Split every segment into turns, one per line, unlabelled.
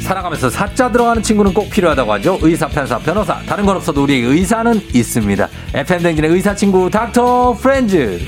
살아가면서 사자 들어가는 친구는 꼭 필요하다고 하죠. 의사, 판사, 변호사. 다른 건 없어도 우리 의사는 있습니다. FM 댕진의 의사 친구 닥터 프렌즈.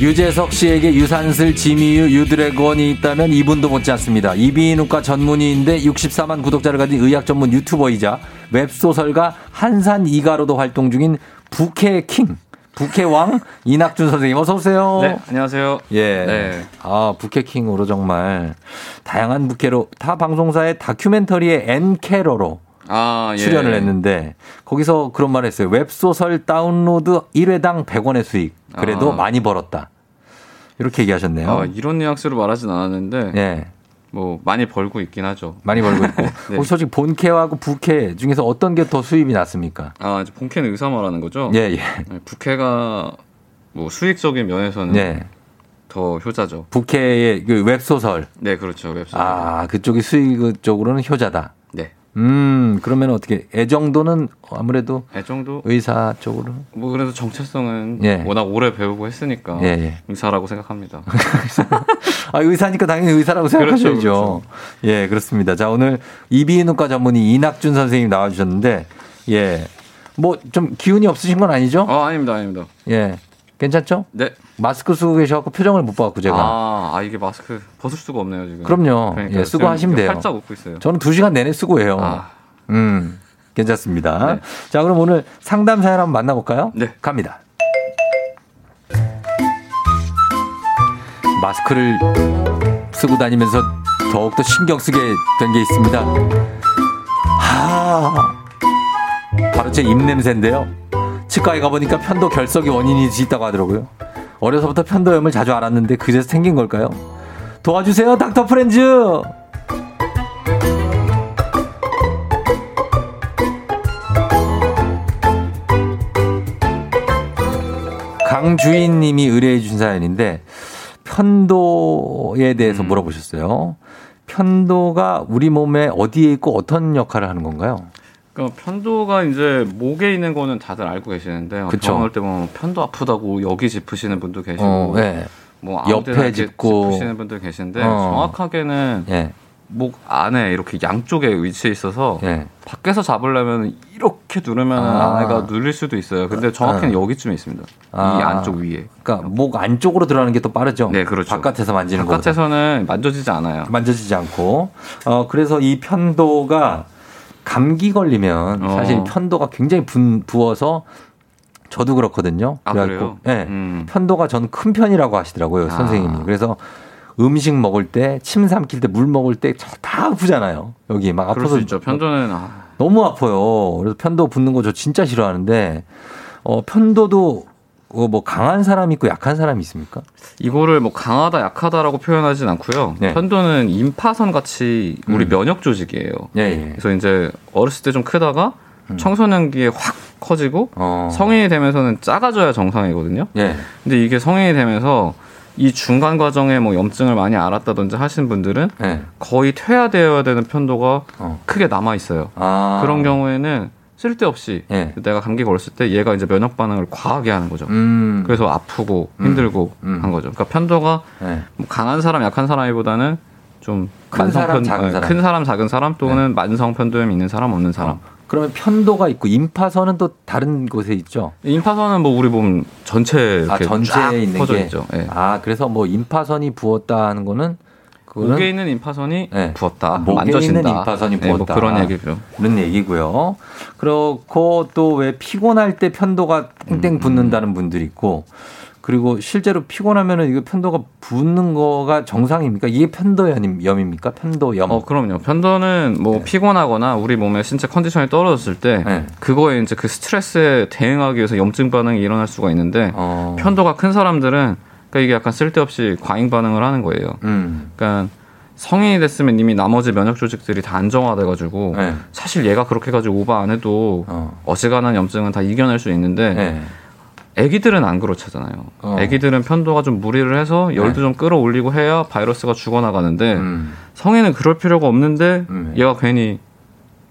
유재석 씨에게 유산슬, 지미유, 유드래곤이 있다면 이분도 못지않습니다. 이비인후과 전문의인데 64만 구독자를 가진 의학 전문 유튜버이자 웹소설가 한산 이가로도 활동 중인 부캐 킹, 부캐 왕 이낙준 선생님 어서 오세요.
네, 안녕하세요.
예.
네.
아, 부캐킹으로 정말 다양한 부캐로 타 방송사의 다큐멘터리의 엔캐러로
아, 예.
출연을 했는데 거기서 그런 말을 했어요. 웹소설 다운로드 1회당 100원의 수익. 그래도
아.
많이 벌었다. 이렇게 얘기하셨네요.
아, 이런 뉘앙스로 말하진 않았는데
예.
뭐 많이 벌고 있긴 하죠.
많이 벌고 있고.
네.
혹시 솔직히 본캐하고 부캐 중에서 어떤 게 더 수입이 났습니까?
아, 이제 본캐는 의사 말하는 거죠?
예, 예.
네, 부캐가 뭐 수익적인 면에서는
예.
더 효자죠.
부캐의 그 웹소설.
네, 그렇죠. 웹사이트.
아, 그쪽이 수익 쪽으로는 효자다.
네.
음, 그러면 어떻게 애정도는 아무래도
애정도
의사 쪽으로.
뭐 그래도 정체성은
예.
워낙 오래 배우고 했으니까
예, 예.
의사라고 생각합니다.
아, 의사니까 당연히 의사라고 생각하셔야죠.
그렇죠, 그렇죠.
예, 그렇습니다. 자, 오늘 이비인후과 전문의 이낙준 선생님 나와주셨는데, 예. 뭐 좀 기운이 없으신 건 아니죠?
아, 아닙니다, 아닙니다.
예. 괜찮죠?
네.
마스크 쓰고 계셔갖고 표정을 못 봐갖고 제가.
아, 아 이게 마스크 벗을 수가 없네요 지금.
그럼요.
그러니까요.
예, 쓰고
지금
하시면 돼요.
활짝 웃고 있어요.
저는 어. 두 시간 내내 쓰고 해요.
아,
음, 괜찮습니다.
네.
자, 그럼 오늘 상담 사연 한번 만나볼까요?
네.
갑니다. 마스크를 쓰고 다니면서 더욱더 신경 쓰게 된 게 있습니다. 하, 바로 제 입냄새인데요. 치과에 가보니까 편도 결석이 원인이 있다고 하더라고요. 어려서부터 편도염을 자주 앓았는데 그제서 생긴 걸까요? 도와주세요, 닥터 프렌즈! 강주인님이 의뢰해 주신 사연인데 편도에 대해서
음.
물어보셨어요. 편도가 우리 몸에 어디에 있고 어떤 역할을 하는 건가요?
그러니까 편도가 이제 목에 있는 거는 다들 알고 계시는데
그쵸.
병원 올 때 보면 편도 아프다고 여기 짚으시는 분도 계시고
어, 예,
뭐 아무 데나
옆에
이렇게
짚고.
짚으시는 분들 계신데
어.
정확하게는
예,
목 안에 이렇게 양쪽에 위치해 있어서
예.
밖에서 잡으려면 이렇게 누르면
아.
안에가 눌릴 수도 있어요. 근데 정확히는 여기쯤에 있습니다. 이
아.
안쪽 위에.
그러니까 목 안쪽으로 들어가는 게 또 빠르죠.
네, 그렇죠.
바깥에서 만지는 거.
바깥에서는 만져지지 않아요.
만져지지 않고. 어, 그래서 이 편도가 감기 걸리면
어.
사실 편도가 굉장히 분, 부어서 저도 그렇거든요.
아
그래갖고,
그래요?
예.
음.
편도가 저는 큰 편이라고 하시더라고요,
아.
선생님이. 그래서 음식 먹을 때, 침 삼킬 때, 물 먹을 때 다 아프잖아요. 여기 막
그럴
아파서 뭐
수 있죠. 편도는 아,
너무 아파요. 그래서 편도 붓는 거 저 진짜 싫어하는데 어 편도도 어, 뭐 강한 사람 있고 약한 사람이 있습니까?
이거를 뭐 강하다 약하다라고 표현하진 않고요.
네.
편도는 임파선 같이 우리
음.
면역 조직이에요.
예, 예.
그래서 이제 어렸을 때 좀 크다가 청소년기에 확 커지고
음. 어.
성인이 되면서는 작아져야 정상이거든요.
예.
근데 이게 성인이 되면서 이 중간 과정에 뭐 염증을 많이 앓았다든지 하신 분들은
예.
거의 퇴화되어야 되는 편도가
어.
크게 남아 있어요.
아.
그런 경우에는 쓸데없이
예.
내가 감기 걸렸을 때 얘가 이제 면역 반응을 과하게 하는 거죠.
음.
그래서 아프고
음.
힘들고
음.
한 거죠. 그러니까 편도가
예.
뭐 강한 사람 약한 사람이보다는 좀
큰
만성
사람,
편-
작은
네,
사람. 네. 어.
큰 사람 작은 사람 또는 만성 편도염 있는 사람 없는 사람.
그러면 편도가 있고 임파선은 또 다른 곳에 있죠.
임파선은 뭐 우리 몸 전체
아,
이렇게
전체에
쫙
있는
퍼져
게.
있죠. 예.
아, 그래서 뭐 임파선이 부었다 하는 거는 그거는
목에 있는 임파선이
예.
부었다.
목에
만져진다.
있는 임파선이
예, 뭐
부었다. 음.
그런 얘기죠.
그런 얘기고요. 그렇고 또 왜 피곤할 때 편도가 땡땡 붙는다는 분들이 있고 그리고 실제로 피곤하면은 이거 편도가 붓는 거가 정상입니까? 이게 편도염입니까? 편도염.
어 그럼요. 편도는 뭐 피곤하거나 우리 몸의 신체 컨디션이 떨어졌을 때
네.
그거에 이제 그 스트레스에 대응하기 위해서 염증 반응이 일어날 수가 있는데
어.
편도가 큰 사람들은 그러니까 이게 약간 쓸데없이 과잉 반응을 하는 거예요.
음.
그러니까 성인이 됐으면 이미 나머지 면역 조직들이 다 안정화돼가지고
네.
사실 얘가 그렇게 가지고 오바 안 해도
어.
어지간한 염증은 다 이겨낼 수 있는데
네.
아기들은 안 그렇잖아요.
어. 네.
아기들은 편도가 좀 무리를 해서 열도 좀 끌어올리고 해야 바이러스가 죽어나가는데
음.
성인은 그럴 필요가 없는데
음.
얘가 괜히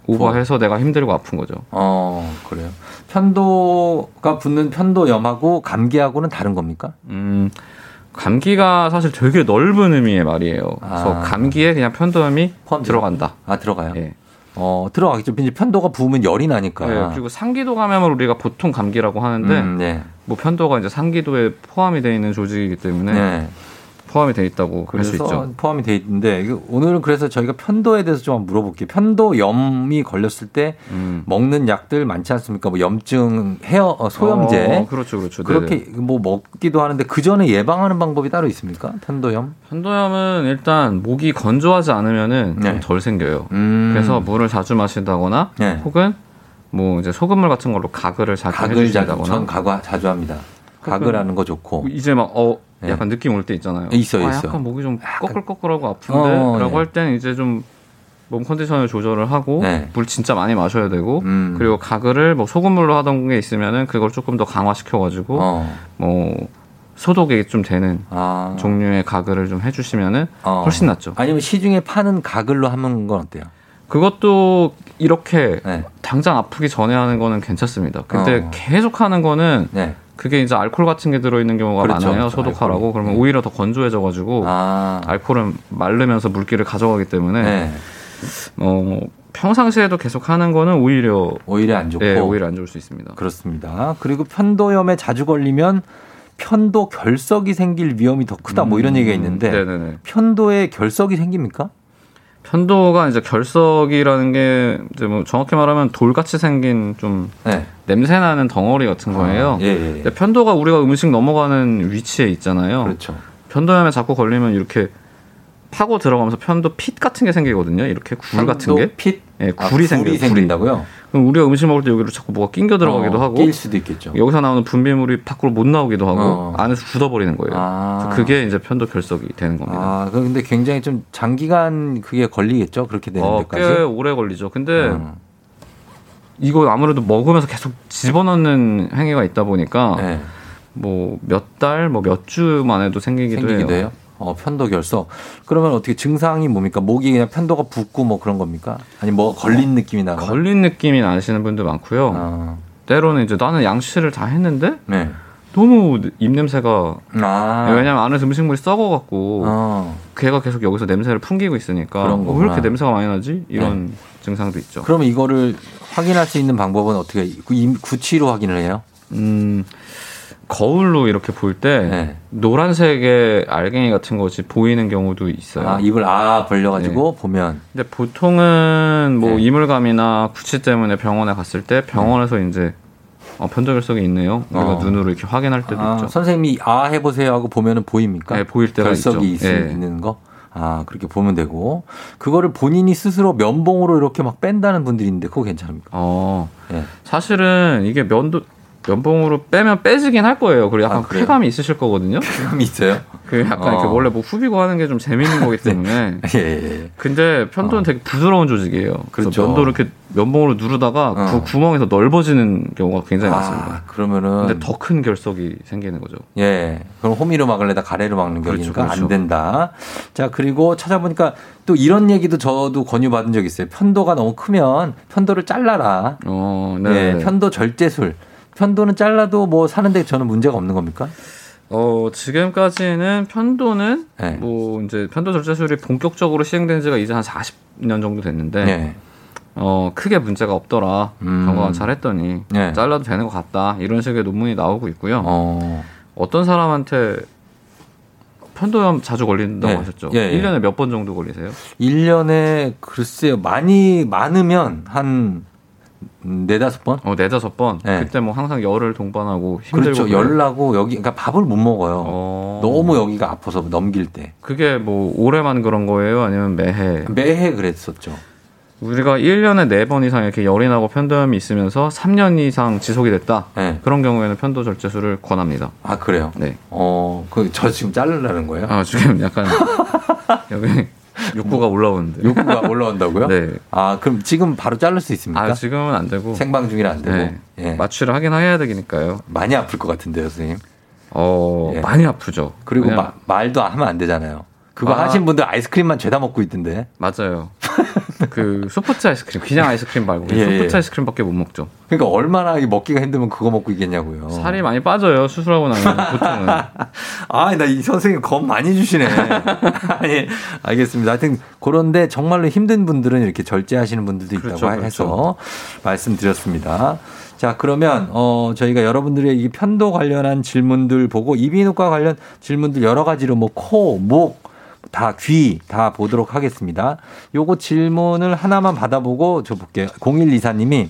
오버해서 내가 힘들고 아픈 거죠.
어, 그래요. 편도가 붙는 편도염하고 감기하고는 다른 겁니까?
음, 감기가 사실 되게 넓은 의미의 말이에요.
아.
그래서 감기에 그냥 편도염이
포함돼요?
들어간다.
아, 들어가요?
예.
어, 들어가겠죠. 이제 편도가 부으면 열이 나니까.
예, 그리고 상기도 감염을 우리가 보통 감기라고 하는데
그러니까. 음, 네.
뭐 편도가 이제 상기도에 포함이 되어 있는 조직이기 때문에
네.
포함이 되어 있다고 할 수 있죠.
그래서 포함이 돼 있는데 이거 오늘은 그래서 저희가 편도에 대해서 좀 한번 물어볼게요. 편도염이 걸렸을 때
음.
먹는 약들 많지 않습니까? 뭐 염증 헤어 어, 소염제
어, 그렇죠, 그렇죠.
그렇게
네네.
뭐 먹기도 하는데 그 전에 예방하는 방법이 따로 있습니까? 편도염?
편도염은 일단 목이 건조하지 않으면은
네.
좀 덜 생겨요.
음.
그래서 뭐 물을 자주 마신다거나
네.
혹은 뭐 이제 소금물 같은 걸로 가글을 자주
가글 자주
해주신다거나 그러니까
전 가과 자주 합니다. 가글하는 거 좋고.
이제 막 어
네.
약간 느낌 올 때 있잖아요.
있어요,
아,
있어요.
약간 목이 좀
약간-
꺼끌꺼끌하고
어,
아픈데라고
네.
할 때는 이제 좀 몸 컨디션을 조절을 하고
네.
물 진짜 많이 마셔야 되고
음.
그리고 가글을 뭐 소금물로 하던 게 있으면은 그걸 조금 더 강화시켜 가지고
어.
뭐 소독이 좀 되는
아.
종류의 가글을 좀 해주시면은
어.
훨씬 낫죠.
아니면 시중에 파는 가글로 하는 건 어때요?
그것도 이렇게
네.
당장 아프기 전에 하는 거는 괜찮습니다. 근데
어.
계속 하는 거는
네.
그게 이제 알코올 같은 게 들어있는 경우가
그렇죠,
많아요.
그렇죠.
소독하라고
알코올이.
그러면
네.
오히려 더 건조해져가지고
아.
알코올은 마르면서 물기를 가져가기 때문에
네.
어, 평상시에도 계속 하는 거는 오히려
오히려 안 좋고.
예, 오히려 안 좋을 수 있습니다.
그렇습니다. 그리고 편도염에 자주 걸리면 편도 결석이 생길 위험이 더 크다 뭐 이런 얘기가 있는데
음. 네네네.
편도에 결석이 생깁니까?
편도가 이제 결석이라는 게 이제 뭐 정확히 말하면 돌같이 생긴 좀
네.
냄새 나는 덩어리 같은 거예요. 네,
예, 예, 예.
근데 편도가 우리가 음식 넘어가는 위치에 있잖아요.
그렇죠.
편도염에 자꾸 걸리면 이렇게 파고 들어가면서 편도 핏 같은 게 생기거든요. 이렇게 굴 같은 게.
편도 핏?
예,
아,
굴이 생겨요. 굴이.
생긴다고요?
그럼 우리가 음식 먹을 때 여기로 자꾸 뭐가 낑겨 들어가기도
어,
하고
끼일 수도 있겠죠.
여기서 나오는 분비물이 밖으로 못 나오기도 하고
어.
안에서 굳어버리는 거예요.
아.
그래서 그게 이제 편도 결석이 되는 겁니다.
아, 근데 굉장히 좀 장기간 그게 걸리겠죠. 네, 그렇게 되는
어, 꽤
데까지.
오래 걸리죠. 근데
음,
이거 아무래도 먹으면서 계속 집어넣는 행위가 있다 보니까
네.
뭐 몇 달, 뭐 몇 주 만에도 생기기도,
생기기도
해요.
해요. 어, 편도 결석. 그러면 어떻게 증상이 뭡니까? 목이 그냥 편도가 붓고 뭐 그런 겁니까? 아니 뭐 걸린 느낌이 나거나.
걸린 느낌이 나시는 분도 많고요.
아,
때로는 이제 나는 양치를 다 했는데
네.
너무 입 냄새가
아.
왜냐면 안에서 음식물이 썩어갖고
어.
걔가 계속 여기서 냄새를 풍기고 있으니까
그런
어, 왜
거구나. 네.
이렇게 냄새가 많이 나지? 이런 증상도 있죠.
그러면 이거를 확인할 수 있는 방법은 어떻게 그 임- 구취로 확인을 해요?
음, 거울로 이렇게 볼 때
네.
노란색의 알갱이 같은 것이 보이는 경우도 있어요.
아, 입을 아
네.
벌려가지고 보면
근데 보통은 뭐
네.
이물감이나 구취 때문에 병원에 갔을 때 병원에서 이제 어, 편도결석이 있네요. 우리가
어.
눈으로 이렇게 확인할 때도
아,
있죠.
선생님이 아 해보세요 하고 보면은 보입니까?
네, 보일 때가
결석이
있죠.
있-
예.
있는 거. 아 그렇게 보면 되고 그거를 본인이 스스로 면봉으로 이렇게 막 뺀다는 분들이 있는데 그거 괜찮습니까?
어,
예.
사실은 이게 면도 면봉으로 빼면 빼지긴 할 거예요. 그리고 약간
아, 그래요?
쾌감이 있으실 거거든요.
감이 있어요?
그 약간 이렇게
어.
원래 뭐 후비고 하는 게 좀 재밌는 거기 때문에.
예. 예.
근데 편도는 되게 부드러운 조직이에요. 그래서
그렇죠.
면도를 이렇게 면봉으로 누르다가 구-
어.
구멍에서 넓어지는 경우가 굉장히 많습니다.
아, 그러면은
네, 근데 더 큰 결석이 생기는 거죠.
예. 그럼 호미로 막을래다 가래로 막는
그렇죠,
격이니까 안
그렇죠.
된다. 자, 그리고 찾아보니까 또 이런 얘기도 저도 권유받은 적이 있어요. 편도가 너무 크면 편도를 잘라라.
어,
예,
네.
편도 절제술. 편도는 잘라도 뭐 사는데 저는 문제가 없는 겁니까?
어, 지금까지는 편도는
예.
뭐 이제 편도 절제술이 본격적으로 시행된 지가 이제 한 40년 정도 됐는데
예.
어, 크게 문제가 없더라.
음.
경과가 잘했더니
예.
잘라도 되는 것 같다. 이런 식의 논문이 나오고 있고요.
어.
어떤 사람한테 편도염 자주 걸린다고
네.
하셨죠?
예, 예.
1년에 몇 번 정도 걸리세요?
1년에 글쎄요. 많이 많으면 한 네다섯 번?
어, 네다섯 번.
네.
그때 뭐 항상 열을 동반하고 힘들고
그렇죠. 열나고 여기 그러니까 밥을 못 먹어요.
어.
너무 여기가 아파서 넘길 때.
그게 뭐 올해만 그런 거예요? 아니면 매해?
매해 그랬었죠.
우리가 1년에 네 번 이상 이렇게 열이 나고 편도염이 있으면서 3년 이상 지속이 됐다.
예.
그런 경우에는 편도 절제술을 권합니다.
아, 그래요.
네.
어, 그 저 지금 자르라는 거예요?
아, 지금 약간 여기 욕구가 올라오는데.
욕구가 올라온다고요?
네.
아, 그럼 지금 바로 자를 수 있습니까?
아, 지금은 안 되고.
생방 중이라 안 되고.
네.
예.
마취를 하긴 해야 되니까요.
많이 아플 것 같은데요, 선생님.
어,
예.
많이 아프죠.
그리고
왜냐면-
마- 말도 하면 안 되잖아요. 그거
아.
하신 분들 아이스크림만 죄다 먹고 있던데.
맞아요. 그 소프트 아이스크림, 그냥 아이스크림 말고 그냥
예,
소프트
예.
아이스크림밖에 못 먹죠.
그러니까 얼마나 이 먹기가 힘들면 그거 먹고 있겠냐고요.
살이 많이 빠져요 수술하고 나면 보통은.
아, 나 이 선생님 겁 많이 주시네. 아니, 알겠습니다. 하여튼, 그런데 정말로 힘든 분들은 이렇게 절제하시는 분들도 있다고
그렇죠, 그렇죠.
해서 말씀드렸습니다. 자, 그러면, 어, 저희가 여러분들의 이 편도 관련한 질문들 보고 이비인후과 관련 질문들 여러 가지로 뭐 코, 목, 다 귀, 다 보도록 하겠습니다. 요거 질문을 하나만 받아보고 저 볼게요. 0124님이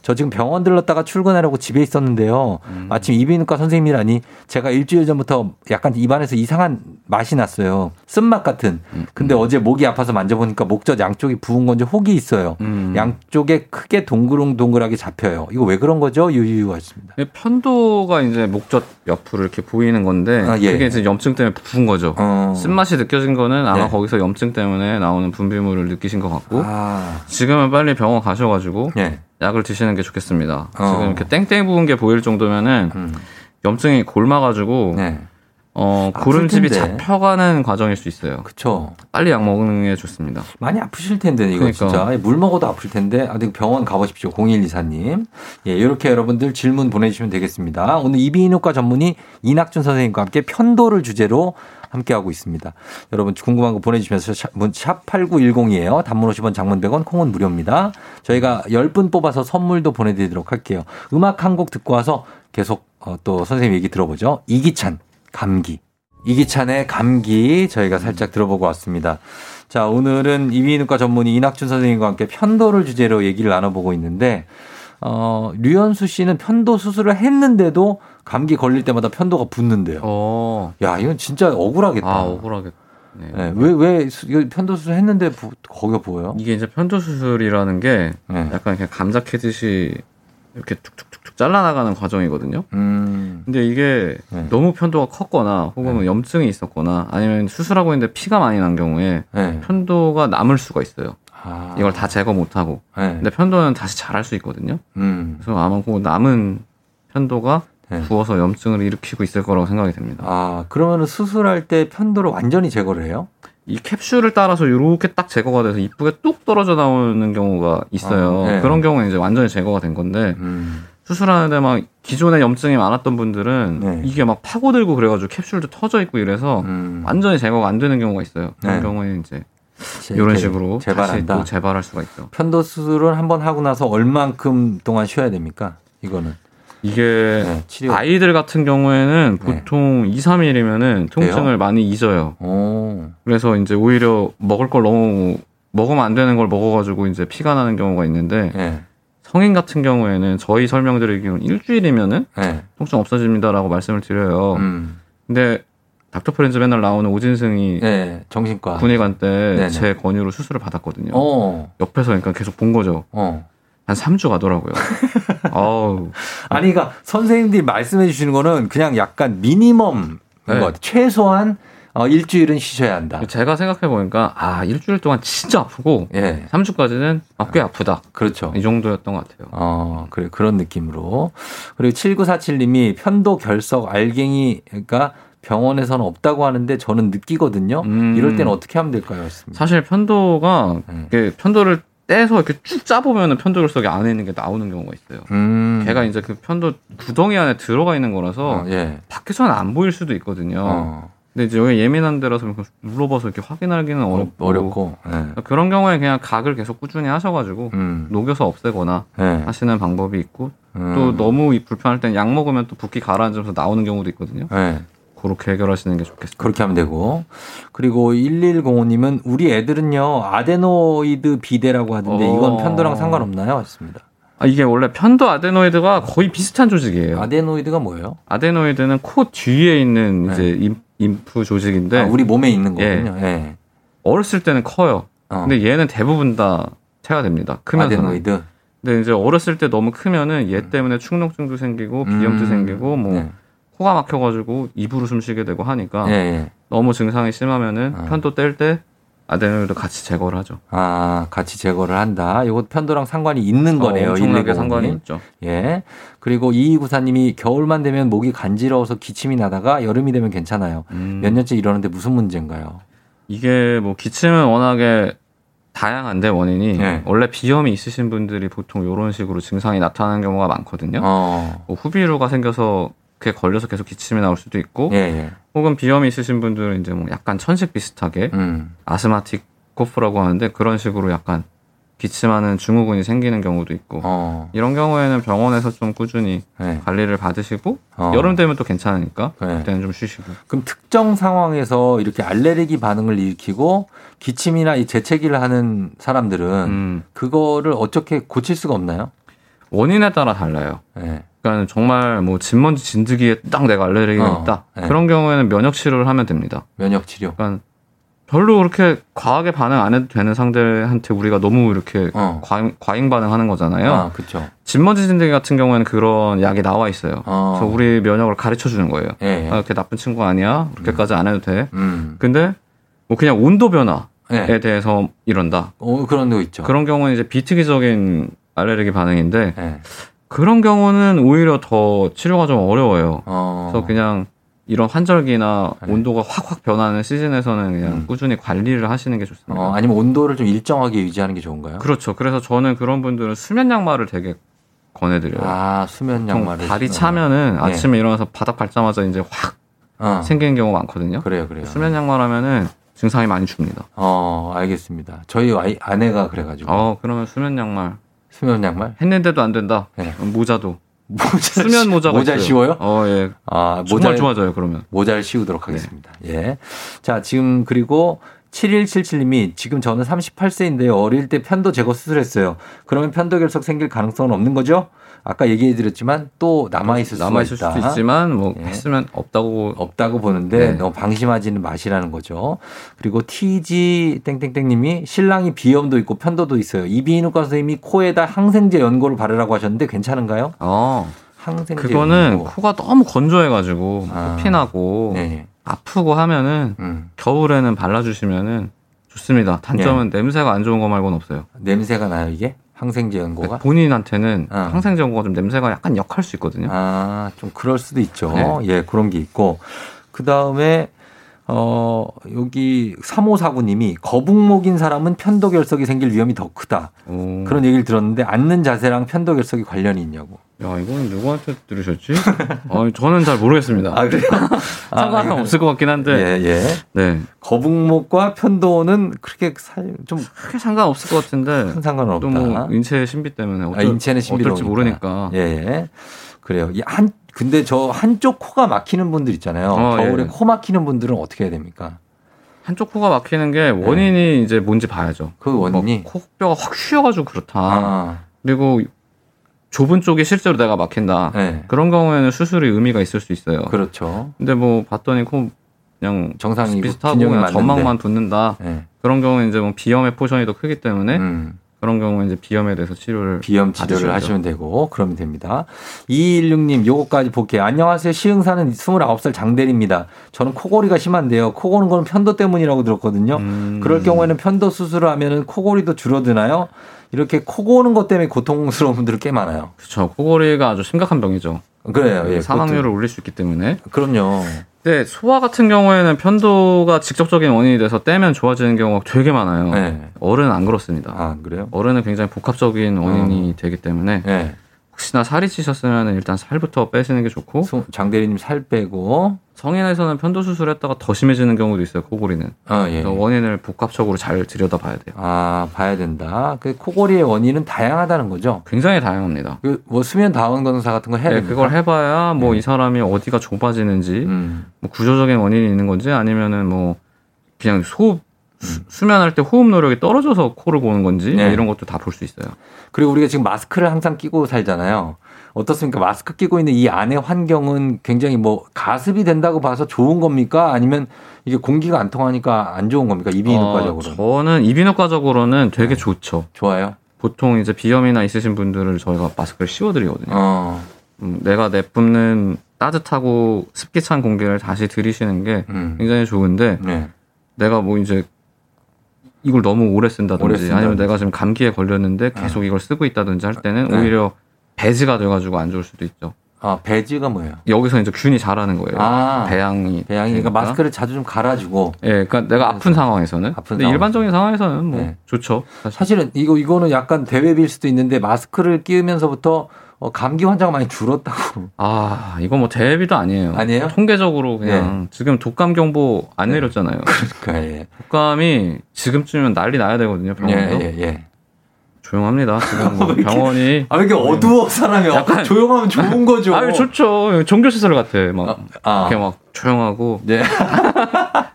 저 지금 병원 들렀다가 출근하려고 집에 있었는데요. 마침 이비인후과 선생님이라니 제가 일주일 전부터 약간 입안에서 이상한 맛이 났어요. 쓴맛 같은. 근데 어제 목이 아파서 만져보니까 목젖 양쪽이 부은 건지 혹이 있어요.
음.
양쪽에 크게 동그동그랗게 잡혀요. 이거 왜 그런 거죠? 유유유 하십니다.
근데 편도가 이제 목젖 옆으로 이렇게 보이는 건데
아, 예.
그게 이제 염증 때문에 부은 거죠.
어.
쓴맛이 느껴진 거는 아마
네.
거기서 염증 때문에 나오는 분비물을 느끼신 것 같고
아.
지금은 빨리 병원 가셔가지고
예.
약을 드시는 게 좋겠습니다.
어.
지금 이렇게 땡땡 부은 게 보일 정도면은
음.
염증이 골마가지고
네.
어
아플
고름집이
텐데.
잡혀가는 과정일 수 있어요.
그쵸.
빨리 약 먹는 게 좋습니다.
많이 아프실 텐데 이거
그러니까.
진짜 물 먹어도 아플 텐데 아 근데 병원 가보십시오 0124님 예 이렇게 여러분들 질문 보내주시면 되겠습니다 오늘 이비인후과 전문의 이낙준 선생님과 함께 편도를 주제로 함께 하고 있습니다 여러분 궁금한 거 보내주시면서 샵 8910이에요 단문 50원 장문 100원 콩은 무료입니다 저희가 10분 뽑아서 선물도 보내드리도록 할게요 음악 한 곡 듣고 와서 계속 어, 또 선생님 얘기 들어보죠 이기찬 감기 이기찬의 감기 저희가 살짝 들어보고 왔습니다. 자, 오늘은 이비인후과 전문의 이낙준 선생님과 함께 편도를 주제로 얘기를 나눠보고 있는데, 어, 류현수 씨는 편도 수술을 했는데도 감기 걸릴 때마다 편도가 붓는데요.
어,
야, 이건 진짜 억울하겠다.
아 억울하겠네.
네, 왜, 왜, 수- 이거 편도 수술 했는데 부- 거기가 보여요?
이게 이제 편도 수술이라는 게
네.
약간 그냥 감자 캐듯이 이렇게 툭툭툭툭 잘라나가는 과정이거든요.
음,
근데 이게
네.
너무 편도가 컸거나 혹은 뭐 염증이 있었거나 아니면 수술하고 있는데 피가 많이 난 경우에
네.
편도가 남을 수가 있어요.
아,
이걸 다 제거 못하고.
네.
근데 편도는 다시 자랄 수 있거든요.
음.
그래서 아마 그 남은 편도가
네.
부어서 염증을 일으키고 있을 거라고 생각이 됩니다.
아, 그러면 수술할 때 편도를 완전히 제거를 해요?
이 캡슐을 따라서 이렇게 딱 제거가 돼서 이쁘게 뚝 떨어져 나오는 경우가 있어요.
아, 네.
그런 경우는 이제 완전히 제거가 된 건데
음.
수술하는데 막 기존에 염증이 많았던 분들은
네.
이게 막 파고들고 그래가지고 캡슐도 터져 있고 이래서
음.
완전히 제거가 어, 안 되는 경우가 있어요. 그런
네.
경우에는 이제
제-
이런
이렇게
식으로 다시
재발한다.
또 재발할 수가 있죠.
편도 수술은 한 번 하고 나서 얼만큼 동안 쉬어야 됩니까? 이거는
이게
네, 치료.
아이들 같은 경우에는
네.
보통 2, 3일이면은 통증을
그래요?
많이 잊어요.
오,
그래서 이제 오히려 먹을 걸 너무 먹으면 안 되는 걸 먹어가지고 이제 피가 나는 경우가 있는데
예,
성인 같은 경우에는 저희 설명드리기로는 일주일이면은
예,
통증 없어집니다라고 말씀을 드려요.
음,
근데 닥터 프렌즈 맨날 나오는 오진승이
예, 정신과.
군의관 때
네네.
제 권유로 수술을 받았거든요.
어,
옆에서 그러니까 계속 본 거죠.
어.
한 3주 가더라고요. 아우.
아니, 그러니까 선생님들이 말씀해 주시는 거는 그냥 약간 미니멈인
네. 그렇죠.
것 같아요. 최소한 어, 일주일은 쉬셔야 한다.
제가 생각해 보니까 아, 일주일 동안 진짜 아프고
예,
3주까지는 아, 꽤 아프다.
그렇죠.
이 정도였던 것 같아요.
어, 그래, 그런 느낌으로. 그리고 7947님이 편도 결석 알갱이가 그러니까 병원에서는 없다고 하는데 저는 느끼거든요.
음.
이럴 때는 어떻게 하면 될까요? 네. 했습니다.
사실 편도가
음.
이게 편도를 떼서 이렇게 쭉 짜보면은 편도 결석이 안에 있는 게 나오는 경우가 있어요.
음.
걔가 이제 그 편도 구덩이 안에 들어가 있는 거라서
어, 예.
밖에서는 안 보일 수도 있거든요.
어.
근데 이제 여기 예민한 데라서 이렇게 눌러봐서 이렇게 확인하기는 어렵고,
어렵고. 예.
그러니까 그런 경우에 그냥 각을 계속 꾸준히 하셔가지고
음.
녹여서 없애거나
예.
하시는 방법이 있고
음.
아, 또 너무 이 불편할 땐 약 먹으면 또 붓기 가라앉으면서 나오는 경우도 있거든요.
예.
그렇게 해결하시는 게 좋겠습니다.
그렇게 하면 되고. 그리고 1105님은 우리 애들은요, 아데노이드 비대라고 하던데
어.
이건 편도랑 상관없나요? 했습니다.
아, 이게 원래 편도 아데노이드가 거의 비슷한 조직이에요.
아데노이드가 뭐예요?
아데노이드는 코 뒤에 있는
네.
이제 임, 인프 조직인데
아, 우리 몸에 있는 거군요. 예.
어렸을 때는 커요.
어.
근데 얘는 대부분 다 체화됩니다. 크면서.
아데노이드.
근데 이제 어렸을 때 너무 크면은 얘 때문에 축농증도 생기고 비염도
음.
생기고 뭐
네.
코가 막혀가지고 입으로 숨쉬게 되고 하니까
예, 예.
너무 증상이 심하면은
아.
편도 뗄 때 아데노이드 같이 제거를 하죠.
아, 같이 제거를 한다. 이거 편도랑 상관이 있는 거네요.
어,
1105
엄청나게
님.
상관이 있죠.
예. 그리고 2294님이 겨울만 되면 목이 간지러워서 기침이 나다가 여름이 되면 괜찮아요.
음.
몇 년째 이러는데 무슨 문제인가요?
이게 뭐 기침은 워낙에 다양한데 원인이
예.
원래 비염이 있으신 분들이 보통 이런 식으로 증상이 나타나는 경우가 많거든요.
어.
뭐 후비루가 생겨서 그게 걸려서 계속 기침이 나올 수도 있고
예, 예.
혹은 비염이 있으신 분들은 이제 뭐 약간 천식 비슷하게
음.
아스마틱 코프라고 하는데 그런 식으로 약간 기침하는 증후군이 생기는 경우도 있고
어.
이런 경우에는 병원에서 좀 꾸준히
예.
관리를 받으시고
어.
여름 되면 또 괜찮으니까
네.
그때는 좀 쉬시고
그럼 특정 상황에서 이렇게 알레르기 반응을 일으키고 기침이나 이 재채기를 하는 사람들은
음,
그거를 어떻게 고칠 수가 없나요?
원인에 따라 달라요.
예.
그러니까 정말 뭐 진먼지 진드기에 딱 내가 알레르기가
어,
있다
네.
그런 경우에는 면역 치료를 하면 됩니다.
면역 치료.
그러니까 별로 그렇게 과하게 반응 안 해도 되는 상대한테 우리가 너무 이렇게
어.
과잉, 과잉 반응하는 거잖아요.
아, 그렇죠.
진먼지 진드기 같은 경우에는 그런 약이 나와 있어요.
어.
그래서 우리 면역을 가르쳐 주는 거예요.
예. 예.
아, 이렇게 나쁜 친구 아니야. 그렇게까지 안 해도 돼.
음.
근데 뭐 그냥 온도 변화에
예.
대해서 이런다.
어, 그런 거 있죠.
그런 경우는 이제 비특이적인 알레르기 반응인데
예.
그런 경우는 오히려 더 치료가 좀 어려워요.
어.
그래서 그냥 이런 환절기나
네.
온도가 확확 변하는 시즌에서는 그냥
음.
꾸준히 관리를 하시는 게 좋습니다.
어, 아니면 온도를 좀 일정하게 유지하는 게 좋은가요?
그렇죠. 그래서 저는 그런 분들은 수면 양말을 되게 권해드려요.
아, 수면
보통
양말을.
그렇죠. 발이
신어요.
차면은
네.
아침에 일어나서 바닥 밟자마자 이제 확
어.
생기는 경우가 많거든요.
그래요, 그래요.
수면 양말 하면은 증상이 많이 줍니다.
어, 알겠습니다. 저희 아이, 아내가 그래가지고.
어, 그러면 수면 양말
수면 양말?
했는데도 안 된다. 음,
네.
모자도
모자,
수면
씌-
모자가
모자
있어요.
씌워요?
어, 예.
아, 모자,
정말 네. 좋아져요, 그러면.
모자를 씌우도록 하겠습니다. 예. 자, 지금 그리고 7177님이 지금 저는 38세인데요. 어릴 때 편도 제거 수술했어요. 그러면 편도 결석 생길 가능성은 없는 거죠? 아까 얘기해 드렸지만 또 남아 있을 수가
남아 있을
있다.
수도 있지만 뭐
예.
했으면 없다고
없다고 보는데
네.
너무 방심하지는 마시라는 거죠. 그리고 TG 땡땡땡님이 신랑이 비염도 있고 편도도 있어요. 이비인후과 선생님이 코에다 항생제 연고를 바르라고 하셨는데 괜찮은가요?
어,
항생제
그거는
연고.
코가 너무 건조해가지고
아.
피나고
네.
아프고 하면은
음.
겨울에는 발라주시면은 좋습니다.
예.
단점은 냄새가 안 좋은 거 말고는 없어요.
냄새가 나요 이게 항생제
네,
연고가?
본인한테는
아.
항생제 연고가 좀 냄새가 약간 역할 수 있거든요.
아, 좀 그럴 수도 있죠.
네.
예, 그런 게 있고. 그 다음에, 어, 여기 3549님이 거북목인 사람은 편도결석이 생길 위험이 더 크다.
오.
그런 얘기를 들었는데 앉는 자세랑 편도결석이 관련이 있냐고.
야 이건 누구한테 들으셨지? 어, 저는 잘 모르겠습니다.
그래요?
상관은 없을 것 같긴 한데
아, 예, 예.
네
거북목과 편도는 그렇게 살, 좀 큰
크게 상관 없을 것 같은데
상관은 없다.
또 뭐 인체의 신비 때문에
아,
어쩔,
인체는 신비로우니까.
어떨지 모르니까
예, 예. 그래요. 이 한, 근데 저 한쪽 코가 막히는 분들 있잖아요.
어,
겨울에
예.
코 막히는 분들은 어떻게 해야 됩니까?
한쪽 코가 막히는 게 원인이 이제 뭔지 봐야죠.
네. 그 원인이.
뭐 코뼈가 확 휘어가지고 그렇다.
아,
그리고 좁은 쪽이 실제로 내가 막힌다.
예.
그런 경우에는 수술이 의미가 있을 수 있어요.
그렇죠.
근데 뭐 봤더니 코 그냥
정상이고
비슷하고
균형이
그냥
맞는데.
점막만 붓는다.
예.
그런 경우는 이제 뭐 비염의 포션이 더 크기 때문에
음,
그런 경우는 이제 비염에 대해서 치료를
비염 치료를
받으셔야죠.
하시면 되고 그러면 됩니다. 216님 요거까지 볼게요. 안녕하세요. 시흥 사는 29살 장대리입니다. 저는 코골이가 심한데요. 코 고는 건 편도 때문이라고 들었거든요.
음,
그럴 경우에는 편도 수술을 하면은 코골이도 줄어드나요? 이렇게 코 고는 것 때문에 고통스러운 분들이 꽤 많아요.
그렇죠. 코골이가 아주 심각한 병이죠.
그래요. 예.
네, 사망률을 올릴 수 있기 때문에.
그것도- 그럼요.
근데 소아 같은 경우에는 편도가 직접적인 원인이 돼서 떼면 좋아지는 경우가 되게 많아요.
예.
어른은 안 그렇습니다.
아, 그래요?
어른은 굉장히 복합적인 원인이 되기 때문에
예.
혹시나 살이 찌셨으면 일단 살부터 빼시는 게 좋고
소- 장대리님 살 빼고
성인에서는 편도 수술했다가 더 심해지는 경우도 있어요 코골이는
아, 예.
그래서 원인을 복합적으로 잘 들여다봐야 돼요
아, 봐야 된다. 그 코골이의 원인은 다양하다는 거죠.
굉장히 다양합니다
그 뭐 수면 다운 검사 같은 거 해야
예,
됩니까? 예.
그걸 해봐야 뭐 이 사람이 어디가 좁아지는지
음.
뭐 구조적인 원인이 있는 건지 아니면은 뭐 그냥 호흡 수- 수면할 때 호흡 노력이 떨어져서 코를 고는 건지
음.
뭐
네.
이런 것도 다 볼 수 있어요.
그리고 우리가 지금 마스크를 항상 끼고 살잖아요. 어떻습니까? 마스크 끼고 있는 이 안의 환경은 굉장히 뭐 가습이 된다고 봐서 좋은 겁니까? 아니면 이게 공기가 안 통하니까 안 좋은 겁니까?
어,
이비인후과적으로. 는 아.
저는 이비인후과적으로는 되게 좋죠.
좋아요.
보통 이제 비염이나 있으신 분들을 저희가 마스크를 씌워드리거든요.
어,
음, 내가 내뿜는 따뜻하고 습기 찬 공기를 다시 들이시는 게
음.
굉장히 좋은데
네.
내가 뭐 이제 이걸 너무 오래 쓴다든지,
오래 쓴다든지. 아.
아니면 내가 지금 감기에 걸렸는데 계속 이걸 쓰고 있다든지 할 때는
네.
오히려 배지가 돼가지고 안 좋을 수도 있죠.
아, 배지가 뭐예요?
여기서 이제 균이 자라는 거예요.
아.
배양이.
배양이 그러니까
되니까.
마스크를 자주 좀 갈아주고
예, 그러니까 내가 아픈 상황에서는.
아픈
근데
상황.
일반적인 상황에서는 뭐
네.
좋죠. 사실.
사실은 이거 이거는 약간 대외일 수도 있는데 마스크를 끼우면서부터 어, 감기 환자가 많이 줄었다고
아, 이거 뭐 대비도 아니에요.
아니에요? 네.
통계적으로 그냥 지금 독감 경보 안 내렸잖아요.
그러니까 예.
독감이 지금쯤이면 난리 나야 되거든요.
예,
병원도
예, 예.
조용합니다. 지금 뭐 병원이
아, 왜 이렇게 어두워, 사람이.
약간-
조용하면 좋은 거죠.
아유 좋죠. 종교시설 같아. 막
아,
이렇게 막 조용하고
네.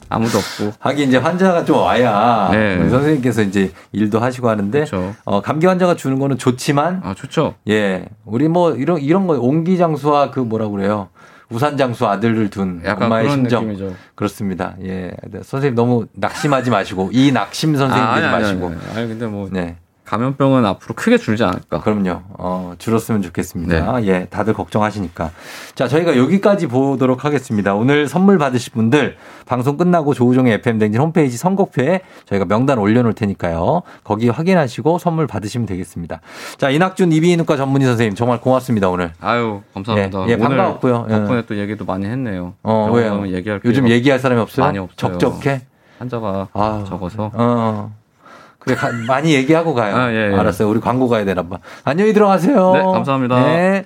아무도 없고.
하긴 이제 환자가 좀 와야
네.
우리 선생님께서 이제 일도 하시고 하는데
그렇죠.
어, 감기 환자가 주는 거는 좋지만
아 좋죠.
예 우리 뭐 이런 이런 거 옹기 장수와 그 뭐라 그래요 우산 장수 아들을 둔
약간
엄마의
그런
심정
느낌이죠.
그렇습니다 예 네, 선생님 너무 낙심하지 마시고 이 낙심 선생님 되지 마시고
아, 아니, 아니. 아니, 근데 뭐
네
감염병은 앞으로 크게 줄지 않을까.
아, 그럼요 어 줄었으면 좋겠습니다
네.
예 다들 걱정하시니까 자 저희가 여기까지 보도록 하겠습니다 오늘 선물 받으실 분들 방송 끝나고 조우종의 FM 댕진 홈페이지 선곡표에 저희가 명단 올려놓을 테니까요 거기 확인하시고 선물 받으시면 되겠습니다 자 이낙준 이비인후과 전문의 선생님 정말 고맙습니다 오늘
아유 감사합니다.
예, 예, 반가웠고요. 예.
덕분에 또 얘기도 많이 했네요.
어,
병원
왜요?
가면 얘기할
요즘
기회가
얘기할 사람이 없어요?
많이 없어요.
적적해?
환자가
아.
적어서
어. 그래, 가- 많이 얘기하고 가요.
아, 예, 예.
알았어요. 우리 광고 가야 되나 봐. 안녕히 들어가세요.
네, 감사합니다.
네.